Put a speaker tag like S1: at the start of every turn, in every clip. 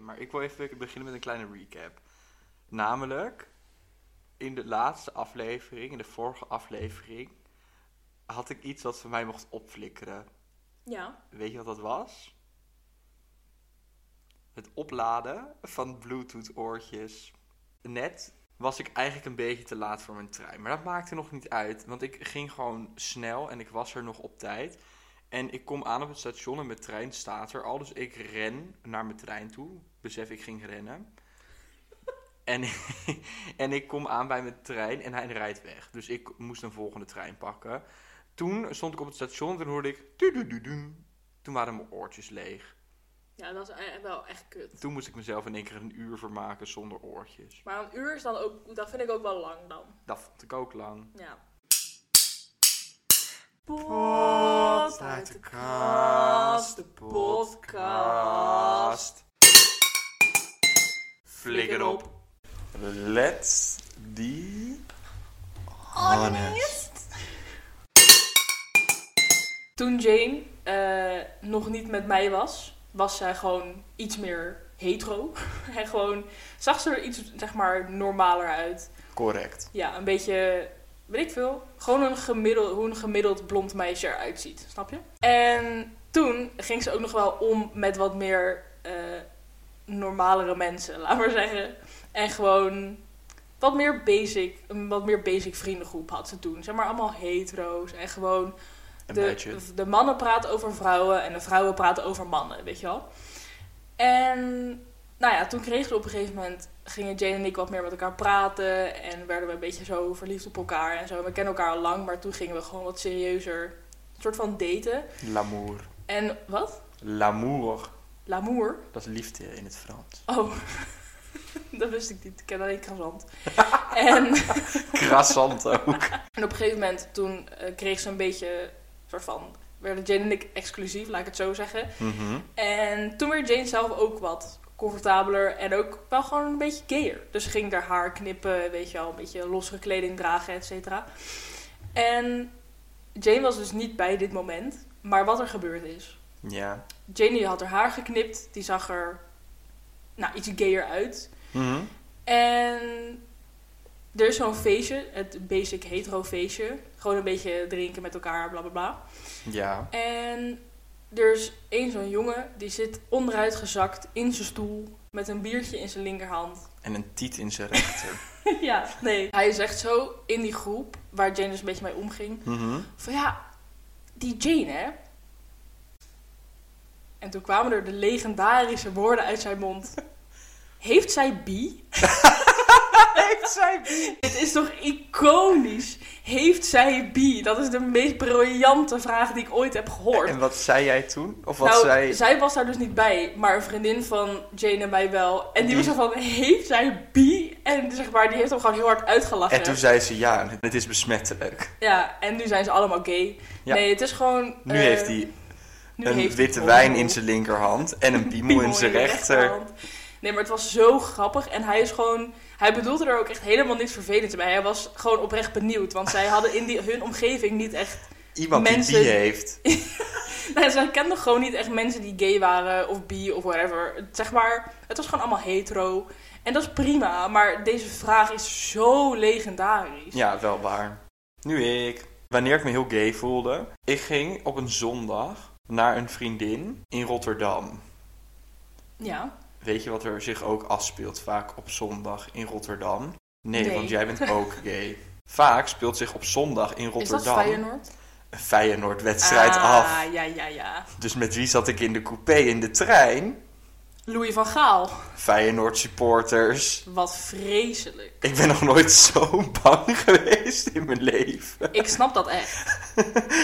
S1: Maar ik wil even beginnen met een kleine recap. Namelijk, in de laatste aflevering, in de vorige aflevering, had ik iets wat voor mij mocht opflikkeren.
S2: Ja.
S1: Weet je wat dat was? Het opladen van Bluetooth-oortjes. Net was ik eigenlijk een beetje te laat voor mijn trein. Maar dat maakte nog niet uit, want ik ging gewoon snel en ik was er nog op tijd. En ik kom aan op het station en mijn trein staat er al. Dus ik ren naar mijn trein toe. Besef, ik ging rennen. En, en ik kom aan bij mijn trein en hij rijdt weg. Dus ik moest een volgende trein pakken. Toen stond ik op het station en toen hoorde ik... tududududu. Toen waren mijn oortjes leeg.
S2: Ja, dat is eh, wel echt kut.
S1: Toen moest ik mezelf in één keer een uur vermaken zonder oortjes.
S2: Maar een uur is dan ook, dat vind ik ook wel lang dan.
S1: Dat vond ik ook lang.
S2: Ja.
S1: Pot Flikker op. Let's die...
S2: Oh, Toen Jane eh, nog niet met mij was, was zij gewoon iets meer hetero. en gewoon zag ze er iets, zeg maar, normaler uit.
S1: Correct.
S2: Ja, een beetje, weet ik veel, gewoon een gemiddeld, hoe een gemiddeld blond meisje eruit ziet, snap je? En toen ging ze ook nog wel om met wat meer eh, normalere mensen, laat maar zeggen. En gewoon wat meer basic, een wat meer basic vriendengroep had ze toen. Zeg maar allemaal hetero's en gewoon
S1: Een
S2: de,
S1: beetje.
S2: de mannen praten over vrouwen en de vrouwen praten over mannen, weet je wel. En nou ja, toen kregen we op een gegeven moment, gingen Jane en ik wat meer met elkaar praten en werden we een beetje zo verliefd op elkaar en zo. We kennen elkaar al lang, maar toen gingen we gewoon wat serieuzer, een soort van daten.
S1: L'amour.
S2: En wat?
S1: L'amour.
S2: L'amour?
S1: Dat is liefde in het Frans.
S2: Oh, dat wist ik niet. Ik ken alleen krasant. en...
S1: Krassant ook.
S2: En op een gegeven moment toen eh, kreeg ze een beetje soort van werden Jane en ik exclusief, laat ik het zo zeggen.
S1: Mhm.
S2: En toen werd Jane zelf ook wat comfortabeler en ook wel gewoon een beetje gayer. Dus ze ging haar haar knippen, weet je wel, een beetje lossere kleding dragen, et cetera. En Jane was dus niet bij dit moment, maar wat er gebeurd is.
S1: Ja.
S2: Jane die had haar haar geknipt, die zag er nou, iets gayer uit.
S1: Mhm.
S2: En er is zo'n feestje, het basic hetero feestje. Gewoon een beetje drinken met elkaar, bla bla bla.
S1: Ja.
S2: En er is één zo'n jongen die zit onderuit gezakt in zijn stoel met een biertje in zijn linkerhand.
S1: En een tiet in zijn rechter.
S2: ja, nee. Hij is echt zo in die groep waar Jane dus een beetje mee omging.
S1: Mhm.
S2: Van ja, die Jane hè. En toen kwamen er de legendarische woorden uit zijn mond. Heeft zij bi?
S1: Heeft zij
S2: Dit is toch iconisch? Heeft zij bi? Dat is de meest briljante vraag die ik ooit heb gehoord.
S1: En wat zei jij toen? Of wat
S2: nou,
S1: zei...
S2: was daar dus niet bij, maar een vriendin van Jane en mij wel. En die,
S1: Die-
S2: was zo van, heeft zij bi? En zeg maar, die heeft hem gewoon heel hard uitgelachen.
S1: En toen zei ze ja, het is besmettelijk.
S2: Ja, en nu zijn ze allemaal gay.
S1: Ja.
S2: Nee, het is gewoon...
S1: Nu
S2: eh,
S1: heeft hij
S2: nu
S1: een
S2: heeft hij
S1: witte
S2: gewoon
S1: wijn
S2: een
S1: in zijn linkerhand en een piemel
S2: piemel
S1: in zijn
S2: de
S1: rechter.
S2: rechterhand. Nee, maar het was zo grappig. En hij is gewoon... Hij bedoelde er ook echt helemaal niks vervelends bij. Hij was gewoon oprecht benieuwd. Want zij hadden in die, hun omgeving niet echt
S1: Iemand die
S2: Mensen-
S1: die heeft.
S2: Nee, ze kenden gewoon niet echt mensen die gay waren of bi of whatever. Het- Zeg maar, het was gewoon allemaal hetero. En dat is prima, maar deze vraag is zo legendarisch.
S1: Ja, wel waar. Nu ik. Wanneer ik me heel gay voelde. Ik ging op een zondag naar een vriendin in Rotterdam.
S2: Ja.
S1: Weet je wat er zich ook afspeelt vaak op zondag in Rotterdam? Nee,
S2: Nee.
S1: want jij bent ook gay. Vaak speelt zich op zondag in
S2: Is dat
S1: Rotterdam
S2: Feyenoord?
S1: een Feyenoord-wedstrijd af.
S2: Ah, ja, ja, ja.
S1: Dus met wie zat ik in de coupé in de trein?
S2: Louis van Gaal.
S1: Feyenoord-supporters.
S2: Wat vreselijk.
S1: Ik ben nog nooit zo bang geweest in mijn leven.
S2: Ik snap dat echt.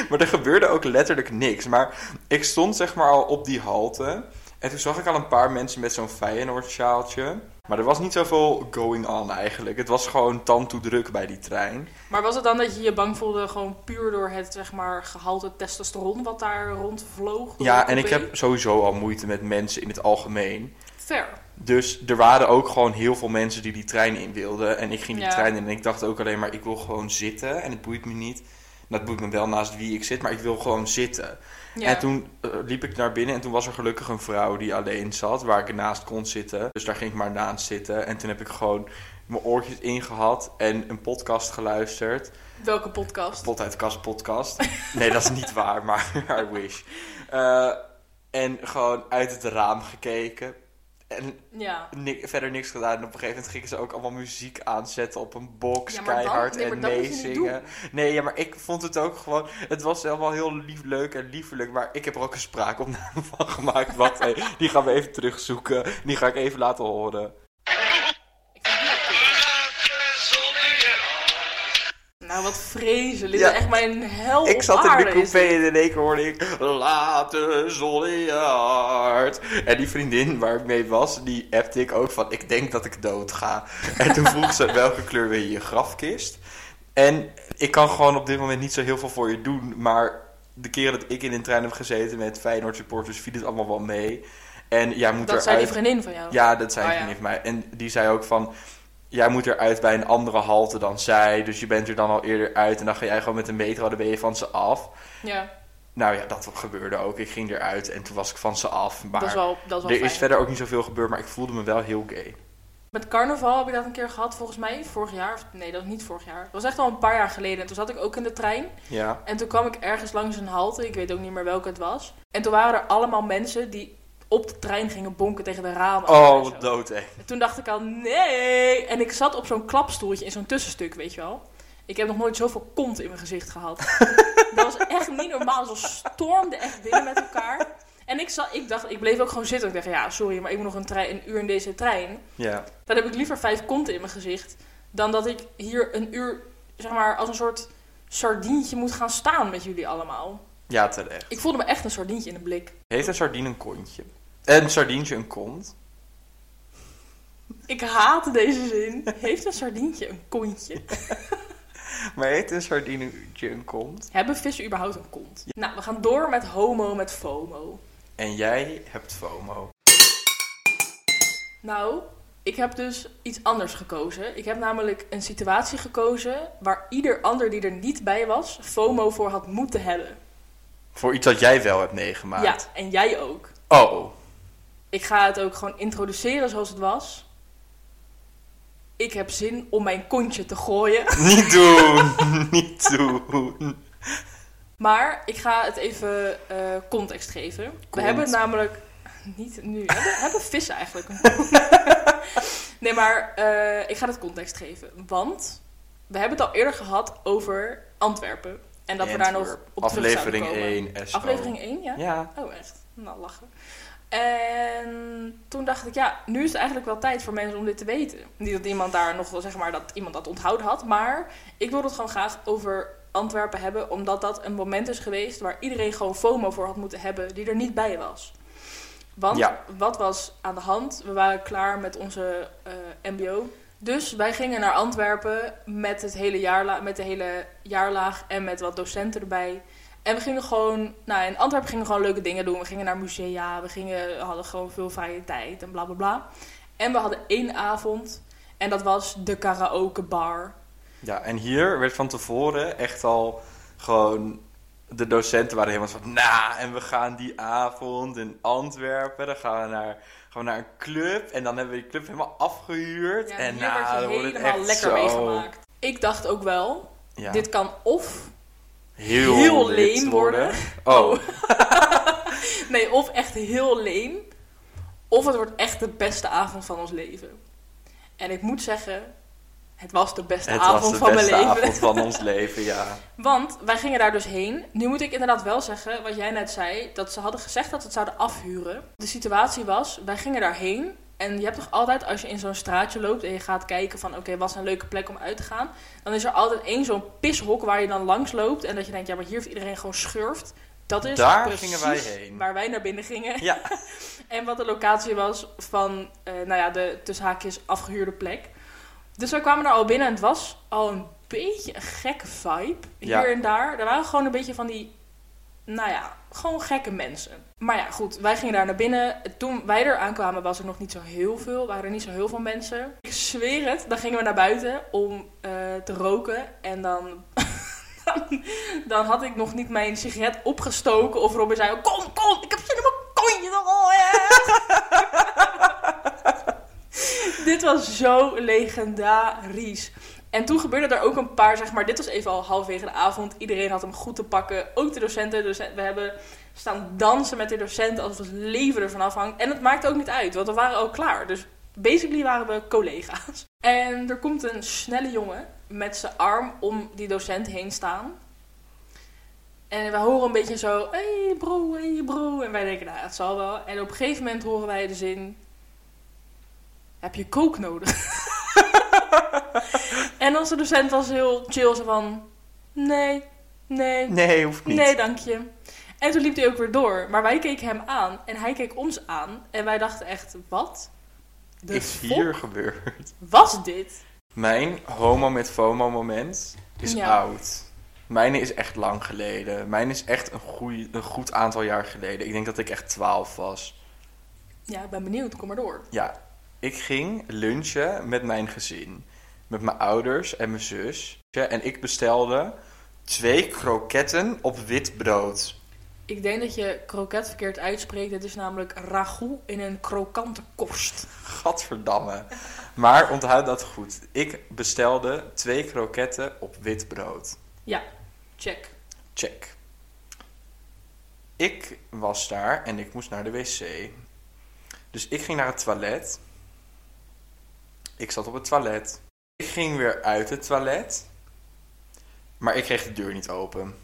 S1: Maar er gebeurde ook letterlijk niks. Maar ik stond zeg maar al op die halte. En toen zag ik al een paar mensen met zo'n Feyenoord-sjaaltje. Maar er was niet zoveel going on eigenlijk. Het was gewoon tand druk bij die trein.
S2: Maar was het dan dat je je bang voelde gewoon puur door het, zeg maar, gehalte testosteron wat daar rondvloog? door
S1: Ja,
S2: de
S1: en ik
S2: coupé?
S1: heb sowieso al moeite met mensen in het algemeen.
S2: Fair.
S1: Dus er waren ook gewoon heel veel mensen die die trein in wilden. En ik ging die
S2: Ja.
S1: trein in en ik dacht ook alleen maar, ik wil gewoon zitten en het boeit me niet. dat boeit me wel naast wie ik zit, maar ik wil gewoon zitten.
S2: Ja.
S1: En toen eh, liep ik naar binnen en toen was er gelukkig een vrouw die alleen zat, waar ik naast kon zitten. Dus daar ging ik maar naast zitten. En toen heb ik gewoon mijn oortjes ingehad en een podcast geluisterd.
S2: Welke podcast?
S1: Pot uit de kast podcast. Nee, dat is niet waar, maar I wish. Eh, en gewoon uit het raam gekeken. En
S2: ja.
S1: ni- verder niks gedaan. En op een gegeven moment gingen ze ook allemaal muziek aanzetten op een box.
S2: Ja, maar dan-
S1: keihard
S2: nee, maar
S1: en
S2: dat moet je niet
S1: meezingen. Nee, ja, maar ik vond het ook gewoon... Het was allemaal heel lief, leuk en liefelijk. Maar ik heb er ook een spraakopname van gemaakt. Wat, hey, die gaan we even terugzoeken. Die ga ik even laten horen.
S2: Ik vind die ook cool. Nou, wat vreselijk.
S1: Ja.
S2: Dit is echt mijn hel
S1: Ik
S2: op
S1: zat in de
S2: aarde, is
S1: coupé
S2: dit.
S1: en in één keer hoorde ik... Laat de zon in je hart. En die vriendin waar ik mee was, die appte ik ook van... Ik denk dat ik dood ga. En toen vroeg ze welke kleur wil je je grafkist? En ik kan gewoon op dit moment niet zo heel veel voor je doen. Maar de keren dat ik in een trein heb gezeten met Feyenoord supporters... viel het allemaal wel mee. En jij moet eruit...
S2: Dat zei die vriendin van jou.
S1: Ja, dat zei
S2: Oh,
S1: ik
S2: ja.
S1: niet van mij. En die zei ook van... Jij moet eruit bij een andere halte dan zij. Dus je bent er dan al eerder uit. En dan ga jij gewoon met de metro, dan ben je van ze af.
S2: Ja,
S1: Nou ja, dat gebeurde ook. Ik ging eruit en toen was ik van ze af. Maar
S2: dat is wel, dat is wel
S1: er
S2: fijn.
S1: is verder ook niet zoveel gebeurd, maar ik voelde me wel heel gay.
S2: Met carnaval heb ik dat een keer gehad, volgens mij vorig jaar. Of, nee, dat was niet vorig jaar. Dat was echt al een paar jaar geleden. En toen zat ik ook in de trein.
S1: Ja.
S2: En toen kwam ik ergens langs een halte. Ik weet ook niet meer welke het was. En toen waren er allemaal mensen die op de trein gingen bonken tegen de ramen.
S1: Oh,
S2: en zo.
S1: wat dood, hè.
S2: En toen dacht ik al, nee. En ik zat op zo'n klapstoeltje in zo'n tussenstuk, weet je wel. Ik heb nog nooit zoveel kont in mijn gezicht gehad. dat was echt niet normaal. Ze stormden echt binnen met elkaar. En ik, zat, ik dacht, ik bleef ook gewoon zitten. Ik dacht, ja, sorry, maar ik moet nog een, trein, een uur in deze trein.
S1: Ja.
S2: Dan heb ik liever vijf konten in mijn gezicht. Dan dat ik hier een uur, zeg maar, als een soort sardientje moet gaan staan met jullie allemaal.
S1: Ja, terecht.
S2: Ik voelde me echt een sardientje in de blik.
S1: Heeft een sardine een kontje? Een sardientje een kont?
S2: Ik haat deze zin. Heeft een sardientje een kontje?
S1: Maar heeft een sardientje een kont?
S2: Hebben vissen überhaupt een kont? Nou, we gaan door met homo met FOMO.
S1: En jij hebt FOMO.
S2: Nou, ik heb dus iets anders gekozen. Ik heb namelijk een situatie gekozen waar ieder ander die er niet bij was, FOMO voor had moeten hebben.
S1: Voor iets dat jij wel hebt meegemaakt.
S2: Ja, en jij ook.
S1: Oh.
S2: Ik ga het ook gewoon introduceren zoals het was. Ik heb zin om mijn kontje te gooien.
S1: Niet doen, niet doen.
S2: Maar ik ga het even eh, context geven. We
S1: Kont.
S2: hebben namelijk. Niet nu. Hebben, hebben vissen eigenlijk een kont? nee, maar eh, ik ga het context geven. Want we hebben het al eerder gehad over Antwerpen. En dat we daar nog
S1: Antwerp.
S2: op terug
S1: Aflevering
S2: zouden komen.
S1: 1, SO.
S2: Aflevering 1, ja?
S1: Ja.
S2: Oh, echt? Nou, lachen. En toen dacht ik, ja, nu is het eigenlijk wel tijd voor mensen om dit te weten. Niet dat iemand daar nog, wel, zeg maar, dat iemand dat onthouden had. Maar ik wil het gewoon graag over Antwerpen hebben. Omdat dat een moment is geweest waar iedereen gewoon FOMO voor had moeten hebben. Die er niet bij was. Want
S1: Ja.
S2: wat was aan de hand? We waren klaar met onze eh, mbo. Dus wij gingen naar Antwerpen met, het hele jaarla- met de hele jaarlaag en met wat docenten erbij. En we gingen gewoon, nou in Antwerpen gingen we gewoon leuke dingen doen. We gingen naar musea, we, gingen, we hadden gewoon veel vrije tijd en bla bla bla. En we hadden één avond en dat was de karaoke bar.
S1: Ja, en hier werd van tevoren echt al gewoon... De docenten waren helemaal van, nou, en we gaan die avond in Antwerpen. Dan gaan we naar, gaan we naar een club. En dan hebben we die club helemaal afgehuurd.
S2: Ja,
S1: en
S2: hier werd
S1: nou,
S2: je
S1: dan wordt het
S2: helemaal
S1: echt
S2: lekker
S1: zo...
S2: meegemaakt. Ik dacht ook wel,
S1: Ja,
S2: dit kan of
S1: heel,
S2: heel
S1: lid
S2: leem worden.
S1: Oh,
S2: Nee, of echt heel leem. Of het wordt echt de beste avond van ons leven. En ik moet zeggen, het was de beste
S1: het
S2: avond
S1: was de
S2: van
S1: beste
S2: mijn leven.
S1: avond van ons leven, ja.
S2: Want wij gingen daar dus heen. Nu moet ik inderdaad wel zeggen, wat jij net zei, dat ze hadden gezegd dat ze het zouden afhuren. De situatie was, wij gingen daarheen. En je hebt toch altijd, als je in zo'n straatje loopt en je gaat kijken van, oké, wat is een leuke plek om uit te gaan. Dan is er altijd één zo'n pishok waar je dan langs loopt. En dat je denkt, ja, maar hier heeft iedereen gewoon schurft. Dat is
S1: Daar
S2: precies
S1: gingen wij heen.
S2: waar wij naar binnen gingen.
S1: Ja,
S2: En wat de locatie was van, eh, nou ja, de tussen haakjes afgehuurde plek. Dus wij kwamen daar al binnen en het was al een beetje een gekke vibe.
S1: Ja.
S2: Hier en daar. Er waren gewoon een beetje van die, nou ja, gewoon gekke mensen. Maar ja, goed, wij gingen daar naar binnen. Toen wij er aankwamen was er nog niet zo heel veel. Waren er niet zo heel veel mensen. Ik zweer het, dan gingen we naar buiten om eh, te roken. En dan dan, dan had ik nog niet mijn sigaret opgestoken. Of Robin zei, kom, kom, ik heb zin in mijn kontje. Oh, yeah. Dit was zo legendarisch. En toen gebeurde er ook een paar, zeg maar, dit was even al halverwege de avond. Iedereen had hem goed te pakken, ook de docenten. Dus we hebben staan dansen met de docenten alsof het leven ervan afhangt. En het maakt ook niet uit, want we waren al klaar. Dus basically waren we collega's. En er komt een snelle jongen met zijn arm om die docent heen staan. En we horen een beetje zo, hey bro, hey bro. En wij denken, nou, het zal wel. En op een gegeven moment horen wij de zin, heb je coke nodig? en onze docent was heel chill, zo van, nee, nee,
S1: Nee, hoeft niet.
S2: nee, dank je. En toen liep hij ook weer door. Maar wij keken hem aan en hij keek ons aan. En wij dachten echt, wat? De
S1: is
S2: fok
S1: hier gebeurd.
S2: was dit?
S1: Mijn homo met FOMO moment is
S2: Ja.
S1: oud. Mijne is echt lang geleden. Mijne is echt een, goeie, een goed aantal jaar geleden. Ik denk dat ik echt 12 was.
S2: Ja, ik ben benieuwd. Kom maar door.
S1: Ja, ik ging lunchen met mijn gezin. Met mijn ouders en mijn zus. Ja, En ik bestelde twee kroketten op wit brood.
S2: Ik denk dat je kroket verkeerd uitspreekt. Het is namelijk ragout in een krokante korst.
S1: Gadverdamme. Maar onthoud dat goed. Ik bestelde twee kroketten op wit brood.
S2: Ja, check.
S1: Check. Ik was daar en ik moest naar de wc. Dus ik ging naar het toilet. Ik zat op het toilet. Ik ging weer uit het toilet. Maar ik kreeg de deur niet open.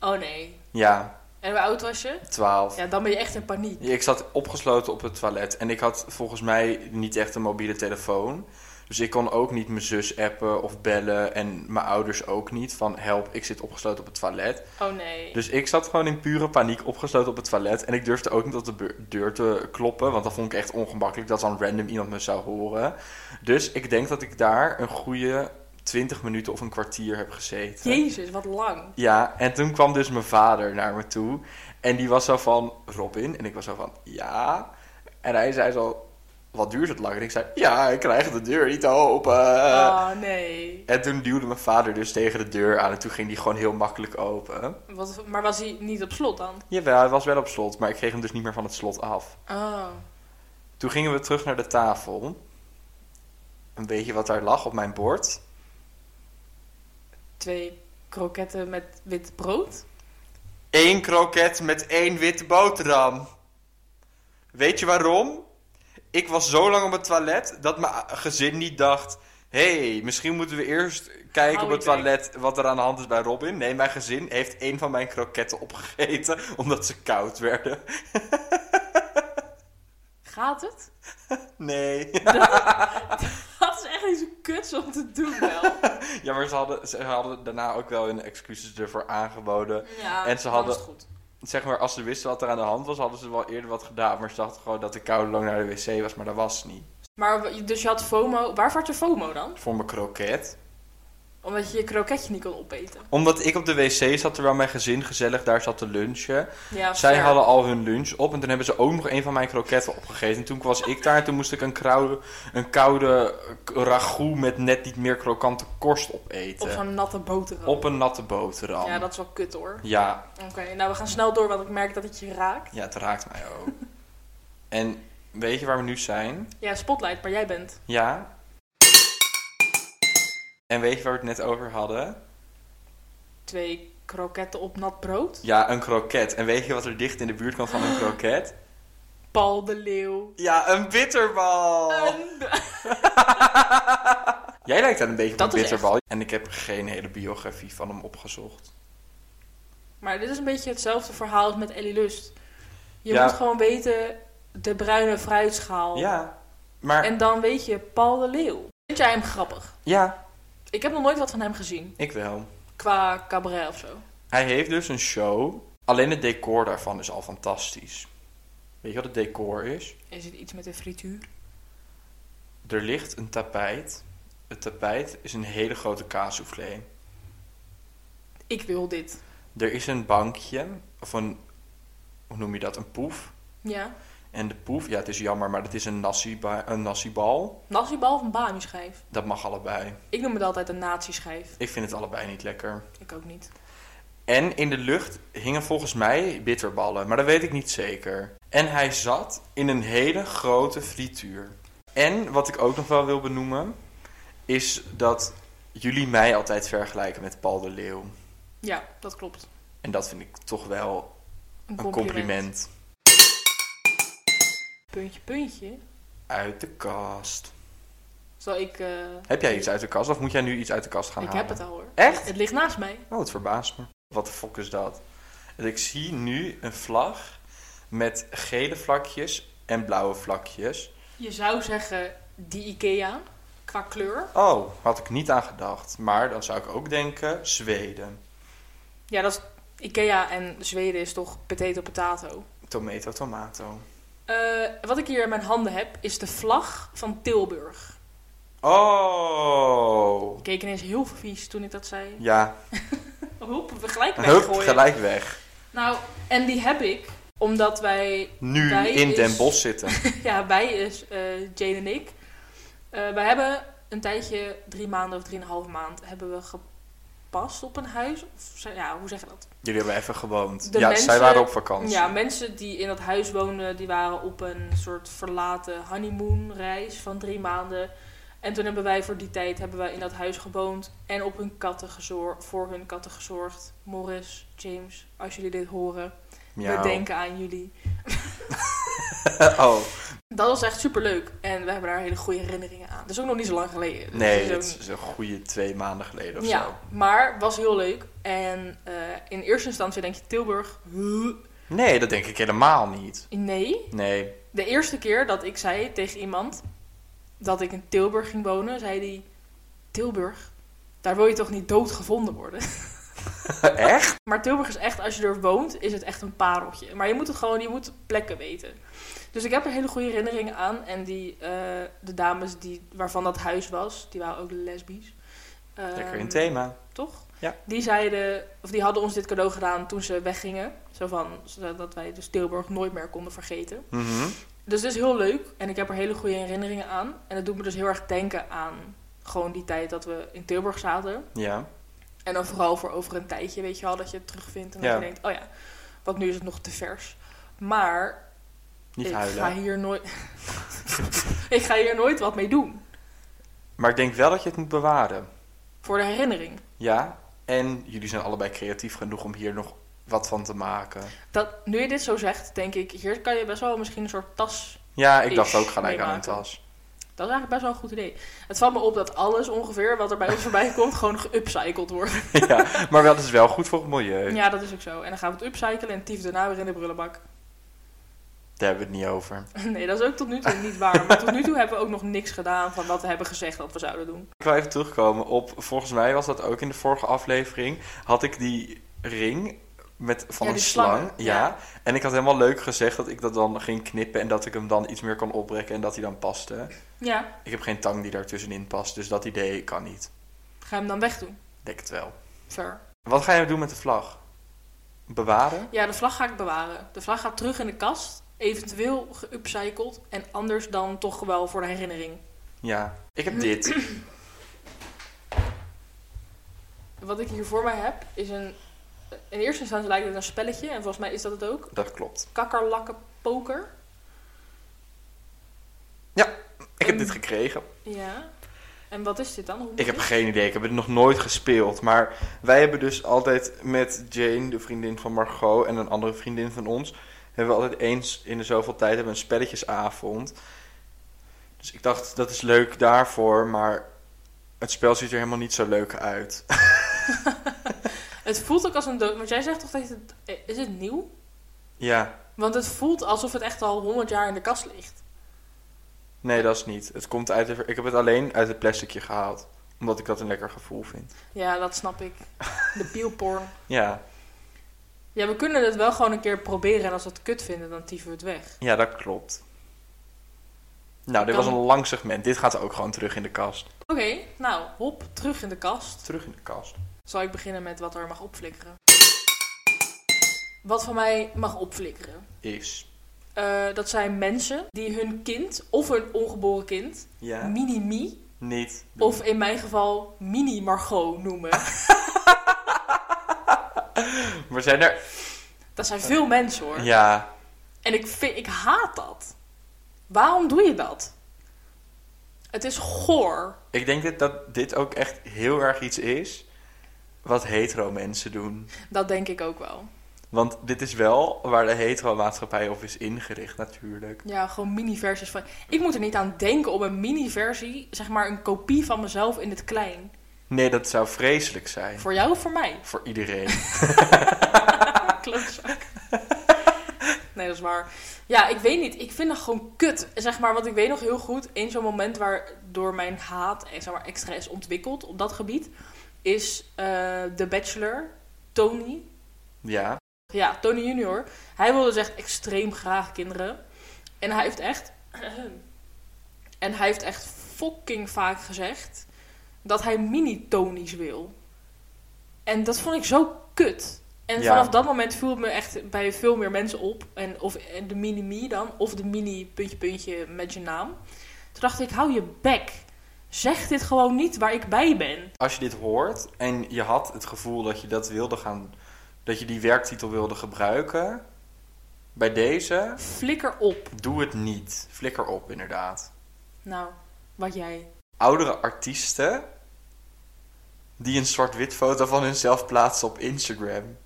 S2: Oh nee.
S1: Ja,
S2: En hoe oud was je?
S1: 12.
S2: Ja, dan ben je echt in paniek.
S1: Ik zat opgesloten op het toilet. En ik had volgens mij niet echt een mobiele telefoon. Dus ik kon ook niet mijn zus appen of bellen. En mijn ouders ook niet. Van help, ik zit opgesloten op het toilet.
S2: Oh nee.
S1: Dus ik zat gewoon in pure paniek opgesloten op het toilet. En ik durfde ook niet op de beur- deur te kloppen. Want dat vond ik echt ongemakkelijk dat dan random iemand me zou horen. Dus ik denk dat ik daar een goede 20 minuten of een kwartier heb gezeten.
S2: Jezus, wat lang.
S1: Ja, en toen kwam dus mijn vader naar me toe. En die was zo van Robin. En ik was zo van ja. En hij zei zo: Wat duurt het lang? En ik zei: Ja, ik krijg de deur niet open.
S2: Oh nee.
S1: En toen duwde mijn vader dus tegen de deur aan. En toen ging die gewoon heel makkelijk open.
S2: Wat, maar was hij niet op slot dan?
S1: Jawel, hij was wel op slot, maar ik kreeg hem dus niet meer van het slot af.
S2: Oh.
S1: Toen gingen we terug naar de tafel. En weet je wat daar lag op mijn bord?
S2: Twee kroketten met wit brood?
S1: Eén kroket met één witte boterham. Weet je waarom? Ik was zo lang op het toilet dat mijn gezin niet dacht... Hé, hey, misschien moeten we eerst kijken
S2: Hou
S1: op het
S2: ik bij.
S1: toilet wat er aan de hand is bij Robin. Nee, mijn gezin heeft één van mijn kroketten opgegeten omdat ze koud werden.
S2: Gaat het?
S1: Nee.
S2: Dat is echt iets kuts om te doen wel.
S1: Ja, maar ze hadden, ze hadden daarna ook wel hun excuses ervoor aangeboden.
S2: Ja,
S1: En ze
S2: dan
S1: hadden-
S2: is het goed.
S1: Zeg maar, als ze wisten wat er aan de hand was, hadden ze wel eerder wat gedaan. Maar ze dachten gewoon dat de koude lang naar de wc was, maar dat was niet.
S2: Maar w- dus je had FOMO. Waarvoor had je FOMO dan?
S1: Voor mijn kroket.
S2: Omdat je je kroketje niet kon opeten.
S1: Omdat ik op de wc zat, terwijl mijn gezin gezellig daar zat te lunchen.
S2: Ja,
S1: Zij
S2: fair.
S1: hadden al hun lunch op en toen hebben ze ook nog een van mijn kroketten opgegeten. En toen was ik daar en toen moest ik een koude, een koude ragout met net niet meer krokante korst
S2: Op
S1: opeten.
S2: zo'n natte boterham.
S1: Op een natte boterham.
S2: Ja, dat is wel kut hoor.
S1: ja,
S2: Oké, nou we gaan snel door, want ik merk dat het je raakt.
S1: Ja, het raakt mij ook. en weet je waar we nu zijn?
S2: Ja, spotlight, maar jij bent.
S1: Ja. En weet je waar we het net over hadden?
S2: Twee kroketten op nat brood.
S1: Ja, een kroket. En weet je wat er dicht in de buurt kwam van een kroket?
S2: Paul de Leeuw.
S1: Ja, een bitterbal!
S2: En-
S1: Jij lijkt aan een beetje op
S2: Dat
S1: een
S2: is
S1: bitterbal. En ik heb geen hele biografie van hem opgezocht.
S2: Maar dit is een beetje hetzelfde verhaal als met Ellie Lust. Je
S1: Ja.
S2: moet gewoon weten de bruine fruitschaal.
S1: Ja, maar
S2: Oh. En dan weet je Paul de Leeuw. Vind jij hem grappig?
S1: ja,
S2: Ik heb nog nooit wat van hem gezien.
S1: ik wel.
S2: Qua cabaret of zo.
S1: Hij heeft dus een show. Alleen het decor daarvan is al fantastisch. Weet je wat het decor is?
S2: Is het iets met een frituur?
S1: Er ligt een tapijt. Het tapijt is een hele grote kaassoufflé.
S2: Ik wil dit.
S1: Er is een bankje, of een, hoe noem je dat, een poef.
S2: Ja.
S1: En de poef, ja, het is jammer, maar dat is een, nasi ba- een nasibal.
S2: Nasibal of een Bami schijf?
S1: Dat mag allebei.
S2: Ik noem het altijd een natieschijf.
S1: Ik vind het allebei niet lekker.
S2: Ik ook niet.
S1: En in de lucht hingen volgens mij bitterballen, maar dat weet ik niet zeker. En hij zat in een hele grote frituur. En wat ik ook nog wel wil benoemen, is dat jullie mij altijd vergelijken met Paul de Leeuw.
S2: Ja, dat klopt.
S1: En dat vind ik toch wel een compliment.
S2: Puntje, puntje.
S1: Uit de kast.
S2: Zal ik... eh,
S1: Heb jij iets uit de kast of moet jij nu iets uit de kast gaan
S2: Ik
S1: halen?
S2: heb het al hoor.
S1: Echt?
S2: Het ligt naast mij.
S1: Oh, het verbaast me. Wat de fok is dat? En Ik zie nu een vlag met gele vlakjes en blauwe vlakjes.
S2: Je zou zeggen die Ikea qua kleur.
S1: Oh, had ik niet aan gedacht. Maar dan zou ik ook denken Zweden.
S2: Ja, dat is Ikea en Zweden is toch potato potato.
S1: Tomato, tomato.
S2: Eh, wat ik hier in mijn handen heb is de vlag van Tilburg.
S1: Oh.
S2: Ik keek ineens heel vies toen ik dat zei.
S1: Ja,
S2: Hoep, we gelijk
S1: hup,
S2: weggooien.
S1: gelijk weg.
S2: Nou, en die heb ik omdat wij,
S1: Nu
S2: Wij
S1: in
S2: is-
S1: Den Bosch zitten.
S2: ja, wij is eh, Jane en ik. Eh, wij hebben een tijdje, drie maanden of drieënhalve maand, hebben we gepast op een huis. Of, ze- ja, hoe zeg je dat?
S1: Jullie hebben even gewoond.
S2: De
S1: ja, zij
S2: mensen-
S1: waren op vakantie.
S2: Ja, mensen die in dat huis woonden, die waren op een soort verlaten honeymoonreis van drie maanden. En toen hebben wij voor die tijd hebben wij in dat huis gewoond en op hun katten gezor- voor hun katten gezorgd. Morris, James, als jullie dit horen,
S1: Miauw.
S2: we denken aan jullie.
S1: oh,
S2: Dat was echt superleuk en we hebben daar hele goede herinneringen aan. Dat is ook nog niet zo lang geleden. Dus
S1: nee,
S2: het is ook
S1: dat is een goede twee maanden geleden of
S2: ja,
S1: zo.
S2: maar was heel leuk. En eh, in eerste instantie denk je Tilburg, huh?
S1: Nee, dat denk ik helemaal niet.
S2: nee.
S1: Nee.
S2: De eerste keer dat ik zei tegen iemand dat ik in Tilburg ging wonen, zei hij: Tilburg, daar wil je toch niet dood gevonden worden?
S1: Echt?
S2: Maar Tilburg is echt, als je er woont, is het echt een pareltje. Maar je moet het gewoon, je moet plekken weten. Dus ik heb er hele goede herinneringen aan. En die, eh, de dames die, waarvan dat huis was, die waren ook lesbisch.
S1: Lekker in
S2: Ehm,
S1: thema.
S2: toch?
S1: Ja.
S2: Die zeiden, of die hadden ons dit cadeau gedaan toen ze weggingen. Zo van, zodat wij dus Tilburg nooit meer konden vergeten.
S1: Mhm.
S2: Dus het is heel leuk en ik heb er hele goede herinneringen aan. En het doet me dus heel erg denken aan gewoon die tijd dat we in Tilburg zaten.
S1: Ja.
S2: En dan vooral voor over een tijdje, weet je wel, dat je het terugvindt. En dat
S1: Ja.
S2: je denkt, oh ja, want nu is het nog te vers. Maar
S1: Niet
S2: ik
S1: huilen.
S2: ga hier nooit... ik ga hier nooit wat mee doen.
S1: Maar ik denk wel dat je het moet bewaren.
S2: Voor de herinnering.
S1: Ja, en jullie zijn allebei creatief genoeg om hier nog wat van te maken.
S2: Dat, nu je dit zo zegt, denk ik, hier kan je best wel misschien een soort tas...
S1: Ja, ik
S2: Is
S1: dacht ook gelijk aan een
S2: meemaken.
S1: tas.
S2: Dat is eigenlijk best wel een goed idee. Het valt me op dat alles ongeveer wat er bij ons voorbij komt, gewoon geupcycled wordt.
S1: ja, maar dat is wel goed voor het milieu.
S2: Ja, dat is ook zo. En dan gaan we het upcyclen en tief daarna weer in de brullenbak.
S1: Daar hebben we het niet over.
S2: Nee, dat is ook tot nu toe niet waar. Maar tot nu toe hebben we ook nog niks gedaan van wat we hebben gezegd dat we zouden doen.
S1: Ik wil even terugkomen op, volgens mij was dat ook in de vorige aflevering, had ik die ring met, van
S2: Ja,
S1: een
S2: die
S1: slang.
S2: slangen,
S1: Ja.
S2: ja.
S1: en ik had helemaal leuk gezegd dat ik dat dan ging knippen en dat ik hem dan iets meer kon opbrekken en dat hij dan paste.
S2: Ja,
S1: Ik heb geen tang die daar tussenin past, dus dat idee kan niet.
S2: ga hem dan wegdoen.
S1: Ik Denk het wel.
S2: Ver.
S1: Wat ga je doen met de vlag? Bewaren?
S2: Ja, de vlag ga ik bewaren. De vlag gaat terug in de kast. Eventueel geupcycled. En anders dan toch wel voor de herinnering.
S1: Ja. Ik
S2: Hm.
S1: heb dit.
S2: Wat ik hier voor mij heb is een... In eerste instantie lijkt het een spelletje. En volgens mij is dat het ook.
S1: Dat klopt.
S2: Kakkerlakken poker.
S1: Ik heb dit
S2: Ehm.
S1: gekregen.
S2: Ja. En wat is dit dan? Hoe
S1: Ik heb
S2: moet
S1: geen idee, ik heb het nog nooit gespeeld. Maar wij hebben dus altijd met Jane, de vriendin van Margot en een andere vriendin van ons, hebben we altijd eens in de zoveel tijd hebben we een spelletjesavond. Dus ik dacht, dat is leuk daarvoor, maar het spel ziet er helemaal niet zo leuk uit.
S2: Het voelt ook als een dood... Want jij zegt toch dat het... Is het nieuw?
S1: ja,
S2: Want het voelt alsof het echt al 100 jaar in de kast ligt.
S1: nee, dat is niet. Het komt uit de, ver- ik heb het alleen uit het plasticje gehaald, omdat ik dat een lekker gevoel vind.
S2: Ja, dat snap ik. De pielporn.
S1: Ja,
S2: Ja, we kunnen het wel gewoon een keer proberen. En als we het kut vinden, dan tieven we het weg.
S1: ja dat klopt. Nou, dit
S2: Kan-
S1: was een lang segment. Dit gaat ook gewoon terug in de kast.
S2: Oké, nou, hop, terug in de kast.
S1: Terug in de kast.
S2: Zal ik beginnen met wat er mag opflikkeren. Wat van mij mag opflikkeren.
S1: Is...
S2: eh, dat zijn mensen die hun kind of hun ongeboren kind
S1: Ja.
S2: mini Mi
S1: Niet.
S2: of in mijn geval mini Margot noemen.
S1: Ah. Maar zijn er...
S2: Dat zijn veel mensen hoor.
S1: Ja.
S2: En ik, vind, ik haat dat. Waarom doe je dat? Het is goor.
S1: Ik denk dat, dat dit ook echt heel erg iets is wat hetero mensen doen.
S2: Dat denk ik ook wel.
S1: Want dit is wel waar de hetero maatschappij op is ingericht natuurlijk.
S2: Ja, gewoon mini-versies van. Ik moet er niet aan denken om een mini-versie, zeg maar een kopie van mezelf in het klein.
S1: Nee, dat zou vreselijk zijn.
S2: Voor jou of voor mij?
S1: Voor iedereen.
S2: Klootzak. Nee, dat is waar. Ja, ik weet niet. Ik vind dat gewoon kut. Zeg maar, want ik weet nog heel goed, één zo'n moment waardoor mijn haat en zeg maar, extra is ontwikkeld op dat gebied, is eh The Bachelor, Tony.
S1: ja.
S2: Ja, Tony Junior. Hij wilde dus echt extreem graag kinderen. En hij heeft echt. en hij heeft echt fucking vaak gezegd dat hij mini-Tony's wil. En dat vond ik zo kut. En
S1: Ja.
S2: vanaf dat moment viel het me echt bij veel meer mensen op. En of en de mini-me dan, of de mini-puntje-puntje met je naam. Toen dacht ik, hou je bek. Zeg dit gewoon niet waar ik bij ben.
S1: Als je dit hoort en je had het gevoel dat je dat wilde gaan... Dat je die werktitel wilde gebruiken. Bij deze,
S2: Flikker op.
S1: doe het niet. Flikker op, inderdaad.
S2: Nou, wat jij.
S1: oudere artiesten die een zwart-wit foto van hunzelf plaatsen op Instagram.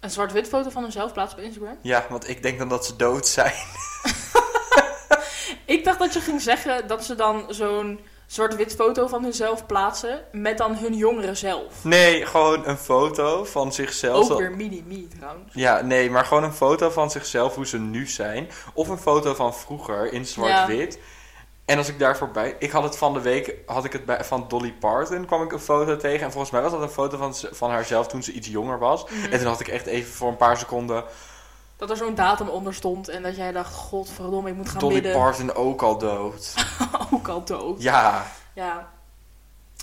S2: Een zwart-wit foto van hemzelf plaatsen op Instagram?
S1: Ja, want ik denk dan dat ze dood zijn.
S2: Ik dacht dat je ging zeggen dat ze dan zo'n zwart-wit foto van hunzelf plaatsen met dan hun jongere zelf.
S1: Nee, gewoon een foto van zichzelf.
S2: Ook weer mini-me trouwens.
S1: Ja, nee, maar gewoon een foto van zichzelf hoe ze nu zijn. Of een foto van vroeger in zwart-wit. En als ik daar voorbij... Ik had het van de week, had ik het bij, van Dolly Parton kwam ik een foto tegen. En volgens mij was dat een foto van, ze- van haarzelf toen ze iets jonger was.
S2: Mhm.
S1: En toen had ik echt even voor een paar seconden...
S2: Dat er zo'n datum onder stond en dat jij dacht, godverdomme, ik moet gaan
S1: Dolly
S2: bidden.
S1: Parton ook al dood.
S2: Ook al dood.
S1: ja.
S2: Ja.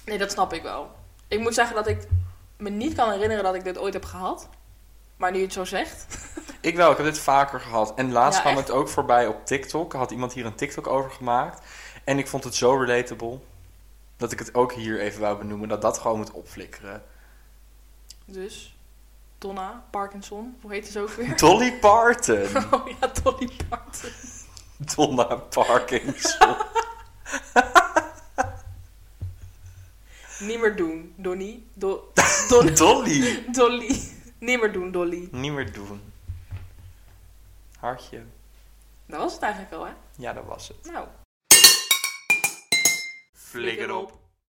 S2: Nee, dat snap ik wel. Ik moet zeggen dat ik me niet kan herinneren dat ik dit ooit heb gehad. Maar nu je het zo zegt.
S1: Ik wel, ik heb dit vaker gehad. En laatst
S2: Ja,
S1: kwam
S2: echt?
S1: het ook voorbij op TikTok. Had iemand hier een TikTok over gemaakt. En ik vond het zo relatable. Dat ik het ook hier even wou benoemen. Dat dat gewoon moet opflikkeren.
S2: Dus, Donna Parkinson, hoe heet ze ook weer?
S1: Dolly Parton.
S2: Oh ja, Dolly Parton.
S1: Donna Parkinson.
S2: Niet meer doen, Donnie. Do Don
S1: Dolly.
S2: Dolly. Niet meer doen, Dolly.
S1: Niet meer doen. Hartje.
S2: Dat was het eigenlijk al, hè?
S1: Ja, dat was het.
S2: Nou.
S1: Flikker op.